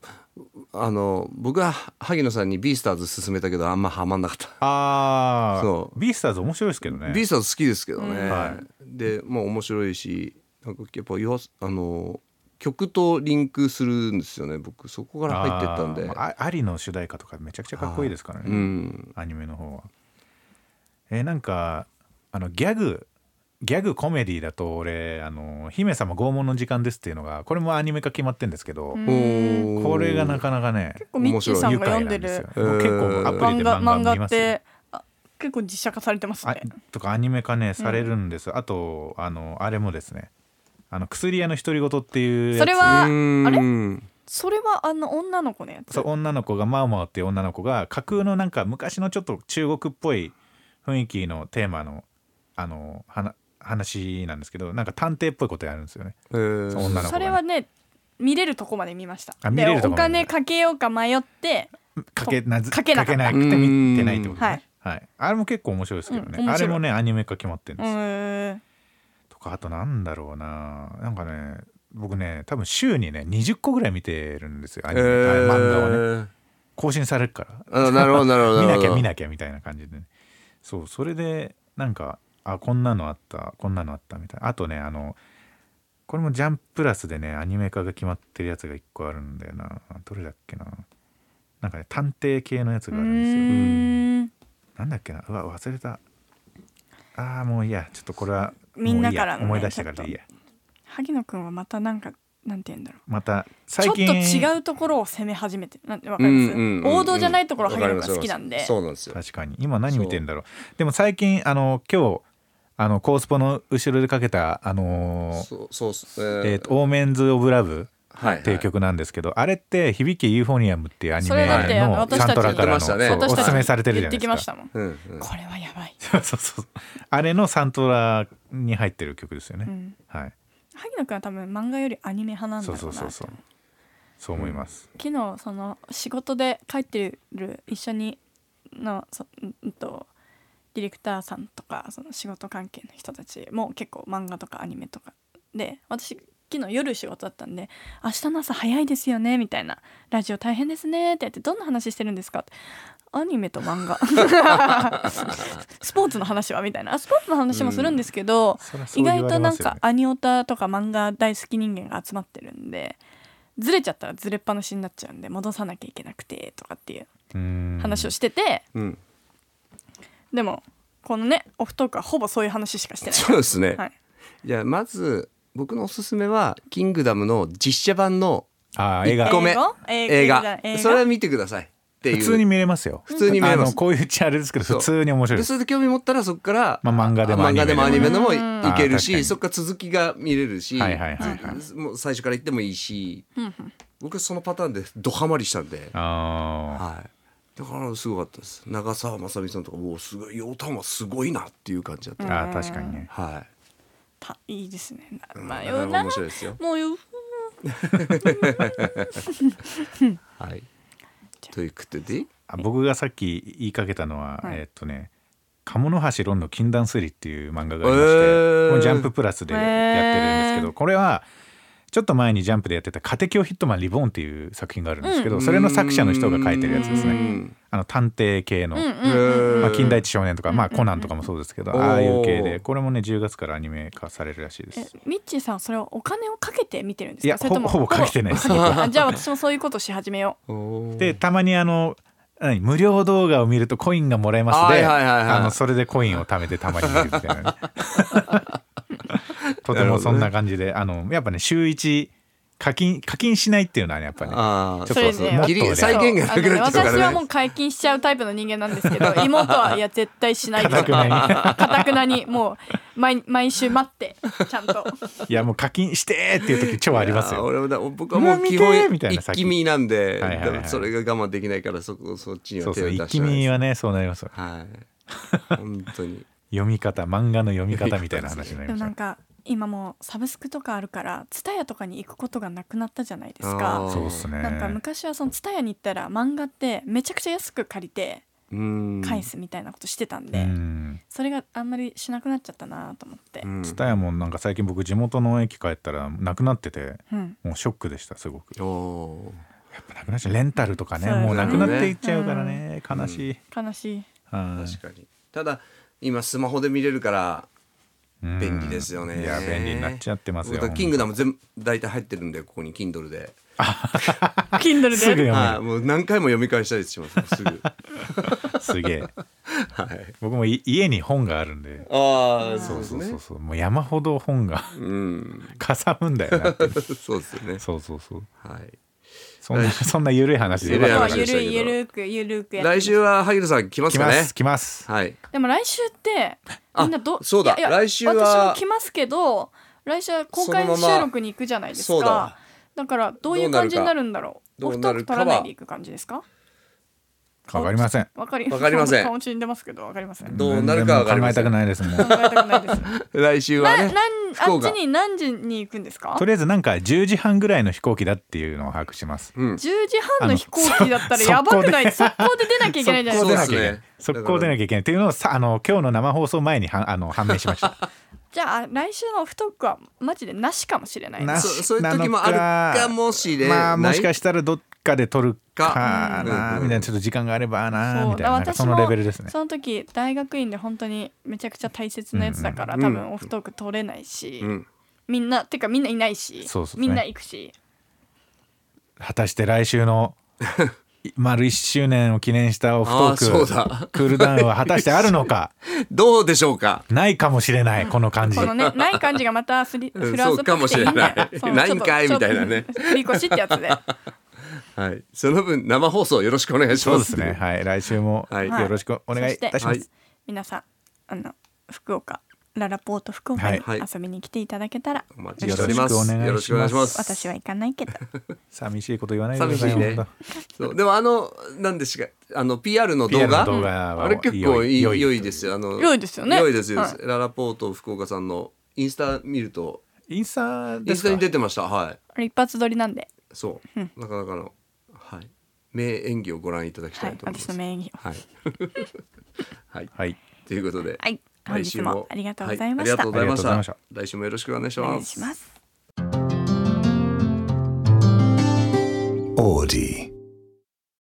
[SPEAKER 2] あの僕は萩野さんに「ビースターズ」勧めたけどあんまハマんなかった
[SPEAKER 1] ああ
[SPEAKER 2] そ
[SPEAKER 1] ビースターズ面白いですけどね
[SPEAKER 2] ビースターズ好きですけどね、
[SPEAKER 3] うん
[SPEAKER 1] は
[SPEAKER 2] でまあ面白いしなんかやっぱよあの曲とリンクするんですよね僕そこから入ってったんで、
[SPEAKER 1] あーまあありの主題歌とかめちゃくちゃかっこいいですからね、
[SPEAKER 2] うん
[SPEAKER 1] アニメの方はえーなんかあのギャグギャグコメディだと俺「あの姫様拷問の時間です」っていうのがこれもアニメ化決まってんですけど、
[SPEAKER 3] うん
[SPEAKER 2] おー
[SPEAKER 1] これがなかなかね
[SPEAKER 3] 結構ミッチーさん
[SPEAKER 1] 愉
[SPEAKER 3] が
[SPEAKER 1] 快
[SPEAKER 3] 読ん
[SPEAKER 1] な
[SPEAKER 3] で
[SPEAKER 1] んです
[SPEAKER 3] る
[SPEAKER 1] よ結構アプリ
[SPEAKER 3] 漫
[SPEAKER 1] で
[SPEAKER 3] 画漫
[SPEAKER 1] 漫画見
[SPEAKER 3] 画
[SPEAKER 1] ま
[SPEAKER 3] っ
[SPEAKER 1] すよ
[SPEAKER 3] てあ結構実写化されてます
[SPEAKER 1] あ
[SPEAKER 3] ね
[SPEAKER 1] とかアニメ化ねされるんです、あとあのあれもですねあの薬屋の独り言っていうやつ
[SPEAKER 3] それ
[SPEAKER 2] う
[SPEAKER 3] は
[SPEAKER 2] ん
[SPEAKER 3] あれそれはあの女の子のやつ
[SPEAKER 1] そう女の子がマオマオっていう女の子が架空のなんか昔のちょっと中国っぽい雰囲気のテーマのあのはな話なんですけどなんか探偵っぽいことやるんですよね。
[SPEAKER 2] えー
[SPEAKER 1] そう女の子がね
[SPEAKER 3] それはね見れるとこまで見ました
[SPEAKER 1] あ見
[SPEAKER 3] で
[SPEAKER 1] れるとこ
[SPEAKER 3] お
[SPEAKER 1] まで
[SPEAKER 3] 金かけようか迷って
[SPEAKER 1] かけなず
[SPEAKER 3] かけなかった
[SPEAKER 1] くて見てないってことね。
[SPEAKER 3] うんは
[SPEAKER 1] は
[SPEAKER 3] い
[SPEAKER 1] い、あれも結構面白いですけどね、
[SPEAKER 3] うん面白い
[SPEAKER 1] あれもねアニメ化決まってるん
[SPEAKER 3] う
[SPEAKER 1] です、
[SPEAKER 3] ーん
[SPEAKER 1] とかあとなんだろうななんかね僕ね多分週にね20個ぐらい見てるんですよアニメ、
[SPEAKER 2] えー
[SPEAKER 1] あ漫画はね更新されるから
[SPEAKER 2] あなるほどなるほど
[SPEAKER 1] 見
[SPEAKER 2] る
[SPEAKER 1] な
[SPEAKER 2] ほ
[SPEAKER 1] き
[SPEAKER 2] ど
[SPEAKER 1] ゃ見なきゃみたいな感じでねそうそれでなんかあこんなのあったこんなのあったみたいなあとねあのこれも「ジャンプラス」でねアニメ化が決まってるやつが1個あるんだよなどれだっけななんかね探偵系のやつ
[SPEAKER 3] う
[SPEAKER 1] があるんですよ
[SPEAKER 3] ーん
[SPEAKER 1] なんだっけなうわ忘れたあーもういいやちょっとこれは
[SPEAKER 3] みんなからのね
[SPEAKER 1] もういいや思い出したからでいいや
[SPEAKER 3] 萩野くんはまたなんかなんて言うんだろう
[SPEAKER 1] また最
[SPEAKER 3] ちょっと
[SPEAKER 1] 近
[SPEAKER 3] 違うところを攻め始めてなんわか
[SPEAKER 2] う
[SPEAKER 3] り
[SPEAKER 2] ん
[SPEAKER 3] ま
[SPEAKER 2] う
[SPEAKER 3] す、
[SPEAKER 2] んうんうん
[SPEAKER 3] 王道じゃないところ萩野くんが好きなん
[SPEAKER 2] わか
[SPEAKER 3] で
[SPEAKER 2] りますそうなんですよ
[SPEAKER 1] 確かに今何見てんだろうでも最近あの今日あのコースポの後ろでかけたあのー
[SPEAKER 2] そうそうっすえ
[SPEAKER 1] えーと「オーメンズ・オブ・ラブ」
[SPEAKER 2] はいはい
[SPEAKER 1] っていう曲なんですけど、あれって「響けユーフォニアム」っていうアニ
[SPEAKER 3] それ
[SPEAKER 1] メ
[SPEAKER 3] だってあの
[SPEAKER 1] の
[SPEAKER 3] 私
[SPEAKER 1] サ
[SPEAKER 3] た
[SPEAKER 1] ン
[SPEAKER 3] ち
[SPEAKER 1] トラか
[SPEAKER 2] 言
[SPEAKER 1] らの、
[SPEAKER 2] ってましたね
[SPEAKER 1] そう
[SPEAKER 3] 私
[SPEAKER 1] お
[SPEAKER 3] た
[SPEAKER 1] す
[SPEAKER 3] ち
[SPEAKER 1] すめされてるじ
[SPEAKER 3] 言
[SPEAKER 1] ゃな
[SPEAKER 3] って
[SPEAKER 1] いです
[SPEAKER 3] き
[SPEAKER 1] か
[SPEAKER 3] ましたもん、
[SPEAKER 2] うんうん
[SPEAKER 3] これはやばい、
[SPEAKER 1] そうそうそうあれのサントラに入ってる曲ですよね、
[SPEAKER 3] うん、
[SPEAKER 1] はい
[SPEAKER 3] 萩野くんは多分漫画よりアニメ派なんだ
[SPEAKER 1] そう
[SPEAKER 3] ろ
[SPEAKER 1] そうう
[SPEAKER 3] な
[SPEAKER 1] そうそうそう思います、
[SPEAKER 3] 昨日その仕事で帰ってる一緒にのそうんとディレクターさんとかその仕事関係の人たちも結構漫画とかアニメとかで私昨日夜仕事だったんで「明日の朝早いですよね」みたいな「ラジオ大変ですね」ってやって「どんな話してるんですか?」ってアニメと漫画 スポーツの話はみたいなあスポーツの話もするんですけど、
[SPEAKER 1] そりゃそ
[SPEAKER 3] 意
[SPEAKER 1] う言
[SPEAKER 3] 外
[SPEAKER 1] われ
[SPEAKER 3] とな
[SPEAKER 1] ま
[SPEAKER 3] ん
[SPEAKER 1] すよ
[SPEAKER 3] か
[SPEAKER 1] ね
[SPEAKER 3] アニオタとか漫画大好き人間が集まってるんでずれちゃったらずれっぱなしになっちゃうんで戻さなきゃいけなくてとかっていう
[SPEAKER 1] うん
[SPEAKER 3] 話をしてて、
[SPEAKER 2] うん
[SPEAKER 3] でもこのねオフトークはほぼそういう話しかしてない
[SPEAKER 2] そうですね、
[SPEAKER 3] はい、
[SPEAKER 2] じゃあまず僕のおすすめは「キングダム」の実写版の
[SPEAKER 1] あー映
[SPEAKER 2] 一
[SPEAKER 1] 画
[SPEAKER 2] 個目
[SPEAKER 3] 英語
[SPEAKER 2] 映画
[SPEAKER 3] 映画
[SPEAKER 2] それは見てくださいっていう
[SPEAKER 1] 普通に見れますよ
[SPEAKER 2] 普通に見れます
[SPEAKER 1] あのこういううちあれですけど
[SPEAKER 2] そう
[SPEAKER 1] 普通に面白い
[SPEAKER 2] で
[SPEAKER 1] です
[SPEAKER 2] それで興味持ったらそこから、
[SPEAKER 1] まあ漫画でも
[SPEAKER 2] 漫画でもア
[SPEAKER 1] ア
[SPEAKER 2] ニ
[SPEAKER 1] ニ
[SPEAKER 2] メ
[SPEAKER 1] メ
[SPEAKER 2] で
[SPEAKER 1] で
[SPEAKER 2] も
[SPEAKER 1] も
[SPEAKER 2] いいける
[SPEAKER 1] あー確か
[SPEAKER 2] し
[SPEAKER 1] に
[SPEAKER 2] そこから続きが見れるし、
[SPEAKER 1] はいはいはいはい
[SPEAKER 2] ずもう最初から行ってもいいし、僕はそのパターンでドハマりしたんで、
[SPEAKER 1] あ
[SPEAKER 2] はい、だからすごかったです長澤まさみさんとかもうすごい陽丹はすごいなっていう感じだった、
[SPEAKER 1] ーあー確かにね
[SPEAKER 2] は
[SPEAKER 3] たいいですね
[SPEAKER 2] い、な
[SPEAKER 3] まあ
[SPEAKER 2] か
[SPEAKER 3] よ
[SPEAKER 2] なか
[SPEAKER 3] な
[SPEAKER 2] 面白いですよ
[SPEAKER 3] もうよ
[SPEAKER 2] はいということで
[SPEAKER 1] あ僕がさっき言いかけたのは、えーっとね「鴨の橋ロンの禁断推理」っていう漫画がありまして、
[SPEAKER 2] えー
[SPEAKER 1] これジャンププラスでやってるんですけど、
[SPEAKER 3] えー
[SPEAKER 1] これはちょっと前にジャンプでやってた「家庭教ヒットマンリボーン」っていう作品があるんですけど、それの作者の人が書いてるやつで
[SPEAKER 2] う
[SPEAKER 1] すね。
[SPEAKER 2] ん
[SPEAKER 1] あの探偵系の、
[SPEAKER 2] うん
[SPEAKER 1] まあ、近代一少年とか、まあ、コナンとかもそうですけど、
[SPEAKER 2] うん
[SPEAKER 1] ああいう
[SPEAKER 2] お
[SPEAKER 1] 系
[SPEAKER 2] ー
[SPEAKER 1] でこれもね10月からアニメ化されるらしいで
[SPEAKER 3] え
[SPEAKER 1] す。
[SPEAKER 3] ミッチーさんそれはお金をかけて見てるんですか
[SPEAKER 1] いや
[SPEAKER 3] それとも
[SPEAKER 1] ほぼほぼかけてないです
[SPEAKER 3] ほぼあじゃあ私もそういうことし始めよう
[SPEAKER 2] おー
[SPEAKER 1] でたまにあの何無料動画を見るとコインがもらえますで、
[SPEAKER 2] はいはいはいはい
[SPEAKER 1] あのそれでコインを貯めてたまに見るみたいなね、とてもそんな感じで、あのやっぱね週一課金課金しないっていうのはねやっぱね
[SPEAKER 2] ああ
[SPEAKER 1] ちょっと
[SPEAKER 3] それ
[SPEAKER 1] そう
[SPEAKER 3] で
[SPEAKER 1] もっと
[SPEAKER 2] ギリ
[SPEAKER 1] ね
[SPEAKER 2] 再現がなくなっちゃうから
[SPEAKER 3] あのね私
[SPEAKER 2] ね
[SPEAKER 3] はもう解禁しちゃうタイプの人間なんです けど妹はいや絶対しない
[SPEAKER 1] かたくなに
[SPEAKER 3] かたくなにもう毎毎週待ってちゃ んと
[SPEAKER 1] いやもう課金してーっていう時超あります
[SPEAKER 2] いや
[SPEAKER 1] よ。
[SPEAKER 2] 俺はだ僕はもう基
[SPEAKER 1] うわ見
[SPEAKER 2] 本
[SPEAKER 1] てみたいな
[SPEAKER 2] 一気見なんで、
[SPEAKER 1] はいはいはい
[SPEAKER 2] だからそれが我慢できないからそこそっちに
[SPEAKER 1] そ
[SPEAKER 2] は
[SPEAKER 1] う
[SPEAKER 2] 手
[SPEAKER 1] そ
[SPEAKER 2] を
[SPEAKER 1] う
[SPEAKER 2] 出し
[SPEAKER 1] 一
[SPEAKER 2] ない
[SPEAKER 1] 気見はねそうなりますよ
[SPEAKER 2] はい。本当に。
[SPEAKER 1] 読み方漫画の読み方みたいな話になり
[SPEAKER 3] でも
[SPEAKER 1] まし
[SPEAKER 3] な
[SPEAKER 1] た
[SPEAKER 3] んか今もうサブスクとかあるから蔦屋とかに行くことがなくなったじゃないです
[SPEAKER 2] あー
[SPEAKER 3] か
[SPEAKER 1] そうっすね
[SPEAKER 3] なんか昔はその蔦屋に行ったら漫画ってめちゃくちゃ安く借りて
[SPEAKER 2] うん
[SPEAKER 3] 返すみたいなことしてたん
[SPEAKER 1] う
[SPEAKER 3] で、
[SPEAKER 1] ん
[SPEAKER 3] それがあんまりしなくなっちゃったなと思って、
[SPEAKER 2] うん
[SPEAKER 1] 蔦屋もなんか最近僕地元の駅帰ったらなくなってて
[SPEAKER 3] うん
[SPEAKER 1] もうショックでしたすごくや
[SPEAKER 2] おー
[SPEAKER 1] っぱなくなっちゃうレンタルとかね
[SPEAKER 3] そう
[SPEAKER 1] もうなくなっていっちゃうからね
[SPEAKER 2] ん
[SPEAKER 1] 悲しい、
[SPEAKER 3] 悲しい
[SPEAKER 1] はい
[SPEAKER 2] 確かにただ今スマホで見れるから便利ですよね、
[SPEAKER 1] うんいや便利になっちゃってます
[SPEAKER 2] 僕
[SPEAKER 1] よ
[SPEAKER 2] はキングダム全部大体入ってるんでここに Kindle で
[SPEAKER 3] Kindle
[SPEAKER 1] すぐ
[SPEAKER 3] で
[SPEAKER 1] よ
[SPEAKER 2] はいもう何回も読み返したりし ますすぐ
[SPEAKER 1] すげえ
[SPEAKER 2] はい
[SPEAKER 1] 僕もい家に本があるんで
[SPEAKER 2] ああそ
[SPEAKER 1] そうう
[SPEAKER 2] です
[SPEAKER 1] そう
[SPEAKER 2] ね
[SPEAKER 1] そうそうもう山ほど本が
[SPEAKER 2] うん
[SPEAKER 1] かさむんだよなって
[SPEAKER 2] そうですよね
[SPEAKER 1] そうそうそう
[SPEAKER 2] はい
[SPEAKER 1] そんなそんな緩い話で
[SPEAKER 2] 緩い
[SPEAKER 1] よか
[SPEAKER 3] ま
[SPEAKER 1] っ
[SPEAKER 3] あ
[SPEAKER 1] た
[SPEAKER 2] 話
[SPEAKER 1] で
[SPEAKER 3] ゆ
[SPEAKER 1] す
[SPEAKER 3] るいゆるくゆるくやって
[SPEAKER 2] 来週は萩野さん来ます
[SPEAKER 1] 来
[SPEAKER 2] か
[SPEAKER 1] ま
[SPEAKER 2] ね
[SPEAKER 1] す来ます
[SPEAKER 2] はい
[SPEAKER 3] でも来週って
[SPEAKER 2] あ
[SPEAKER 3] みんなど
[SPEAKER 2] そうだ
[SPEAKER 3] いやいや
[SPEAKER 2] 来週は
[SPEAKER 3] 私も来ますけど来週は公開
[SPEAKER 2] そのまま
[SPEAKER 3] 収録に行くじゃないですか
[SPEAKER 2] そうだわ
[SPEAKER 3] だからどういう感じになるんだろう
[SPEAKER 2] ど
[SPEAKER 3] オ
[SPEAKER 2] う
[SPEAKER 3] フ
[SPEAKER 2] な
[SPEAKER 3] トー
[SPEAKER 2] る
[SPEAKER 3] ク
[SPEAKER 2] か
[SPEAKER 3] 取
[SPEAKER 2] は
[SPEAKER 3] らないでいく感じですか
[SPEAKER 1] わかりません
[SPEAKER 3] わかり
[SPEAKER 2] わかりません
[SPEAKER 3] 顔死んでますけどわかりません考
[SPEAKER 2] どうなるかは分かり
[SPEAKER 1] 考
[SPEAKER 2] ま
[SPEAKER 1] え
[SPEAKER 2] せん
[SPEAKER 1] たくないですもう
[SPEAKER 3] えたくないです
[SPEAKER 2] 来週は
[SPEAKER 3] な
[SPEAKER 2] ね
[SPEAKER 3] なん
[SPEAKER 2] 福
[SPEAKER 3] あっち
[SPEAKER 2] 岡
[SPEAKER 3] に何時に行くんですか
[SPEAKER 1] とりあえずなんか10時半ぐらいの飛行機だっていうのを把握してます
[SPEAKER 2] うん
[SPEAKER 3] 10時半の飛行機だったらやば くない速攻で出なきゃいけないじゃない
[SPEAKER 1] 速
[SPEAKER 3] で
[SPEAKER 1] 攻
[SPEAKER 3] す
[SPEAKER 1] 出な
[SPEAKER 3] か
[SPEAKER 1] きゃいけ
[SPEAKER 2] そう
[SPEAKER 1] な
[SPEAKER 2] ですね
[SPEAKER 1] い速攻出なきゃいけないっていうのをさあの今日の生放送前にはあの判明しました
[SPEAKER 3] じゃあ来週のオフトークはマジでなしかもしれない
[SPEAKER 1] な
[SPEAKER 3] な
[SPEAKER 1] し
[SPEAKER 2] そうそういう時もあるかもしれない
[SPEAKER 1] まあもしかしたらどっかで撮るか
[SPEAKER 2] か
[SPEAKER 1] な
[SPEAKER 2] うん
[SPEAKER 1] みたいなちょっと時間があればな
[SPEAKER 3] そう
[SPEAKER 1] みたいななんか
[SPEAKER 3] 私
[SPEAKER 1] そ
[SPEAKER 3] も
[SPEAKER 1] のレベルですね
[SPEAKER 3] その時大学院で本当にめちゃくちゃ大切なやつだから、
[SPEAKER 2] うん
[SPEAKER 3] 多分オフトーク取れないし、
[SPEAKER 2] うん
[SPEAKER 3] みんなてかみんないないし
[SPEAKER 1] そうそう
[SPEAKER 3] みんな行くし
[SPEAKER 1] 果たして来 週の丸1周年を記念したオフト
[SPEAKER 2] あーそう
[SPEAKER 1] ー
[SPEAKER 2] だ
[SPEAKER 1] ククールダウンは果たしてある のか
[SPEAKER 2] どうでしょうか
[SPEAKER 1] ないかもしれないこの感じ
[SPEAKER 3] このねない感じがまたフリ
[SPEAKER 2] うん
[SPEAKER 3] フラワーズっぽくていいんだよ
[SPEAKER 2] そうかもしれない
[SPEAKER 3] そ
[SPEAKER 2] ない
[SPEAKER 3] う
[SPEAKER 2] んかい
[SPEAKER 3] ちょっと
[SPEAKER 2] みたいなね
[SPEAKER 3] ちょっと振り越しってやつで
[SPEAKER 2] はいその分生放送よろしくお願いし
[SPEAKER 1] そう
[SPEAKER 2] ま
[SPEAKER 1] ですすねはい来週も
[SPEAKER 2] はい
[SPEAKER 1] よろしくお願いいたしま
[SPEAKER 2] は
[SPEAKER 1] す
[SPEAKER 2] い
[SPEAKER 3] 皆さんあの福岡ララポート福岡に
[SPEAKER 2] はい
[SPEAKER 3] 遊びに来ていただけたら、
[SPEAKER 2] お待ちしております
[SPEAKER 1] よろしくお願いします
[SPEAKER 3] 私は行かない けど
[SPEAKER 1] 寂しいこと言わないでく
[SPEAKER 2] 寂
[SPEAKER 1] だ
[SPEAKER 2] し
[SPEAKER 1] さい
[SPEAKER 2] いね
[SPEAKER 1] 本当。
[SPEAKER 2] そうでもあの何ですかあの PR の動
[SPEAKER 1] PR
[SPEAKER 2] 画
[SPEAKER 1] の動画は
[SPEAKER 2] あれ結構いい
[SPEAKER 1] 良
[SPEAKER 2] 良
[SPEAKER 1] い
[SPEAKER 2] いですよ。あの
[SPEAKER 3] 良いですよね
[SPEAKER 2] 良いですよ
[SPEAKER 3] はい
[SPEAKER 2] ララポート福岡さんのインスタ見ると
[SPEAKER 1] インスタ
[SPEAKER 2] イ
[SPEAKER 1] で
[SPEAKER 2] ンス
[SPEAKER 1] すか
[SPEAKER 2] タに出てました。はい。
[SPEAKER 3] あれ一発撮りなんで、
[SPEAKER 2] そう。なかなかのはい名演技をご覧いただき
[SPEAKER 3] は
[SPEAKER 2] たい
[SPEAKER 3] い、
[SPEAKER 2] と思いま
[SPEAKER 3] 私
[SPEAKER 2] す。
[SPEAKER 3] の
[SPEAKER 2] はい。
[SPEAKER 3] 名義を
[SPEAKER 2] はい。はい。
[SPEAKER 1] はい
[SPEAKER 2] ということで、
[SPEAKER 3] はい本日もありがとうございま
[SPEAKER 2] はあ
[SPEAKER 3] し
[SPEAKER 2] りが
[SPEAKER 3] た、
[SPEAKER 2] とう
[SPEAKER 1] う
[SPEAKER 2] ご
[SPEAKER 1] ご
[SPEAKER 2] ざ
[SPEAKER 1] ざ
[SPEAKER 2] い
[SPEAKER 1] い
[SPEAKER 2] ま
[SPEAKER 1] ま
[SPEAKER 2] し
[SPEAKER 1] したた。
[SPEAKER 2] 来週もよろしくお願いし
[SPEAKER 3] お願
[SPEAKER 2] ま
[SPEAKER 3] いし
[SPEAKER 2] す。
[SPEAKER 3] ます
[SPEAKER 4] Audi.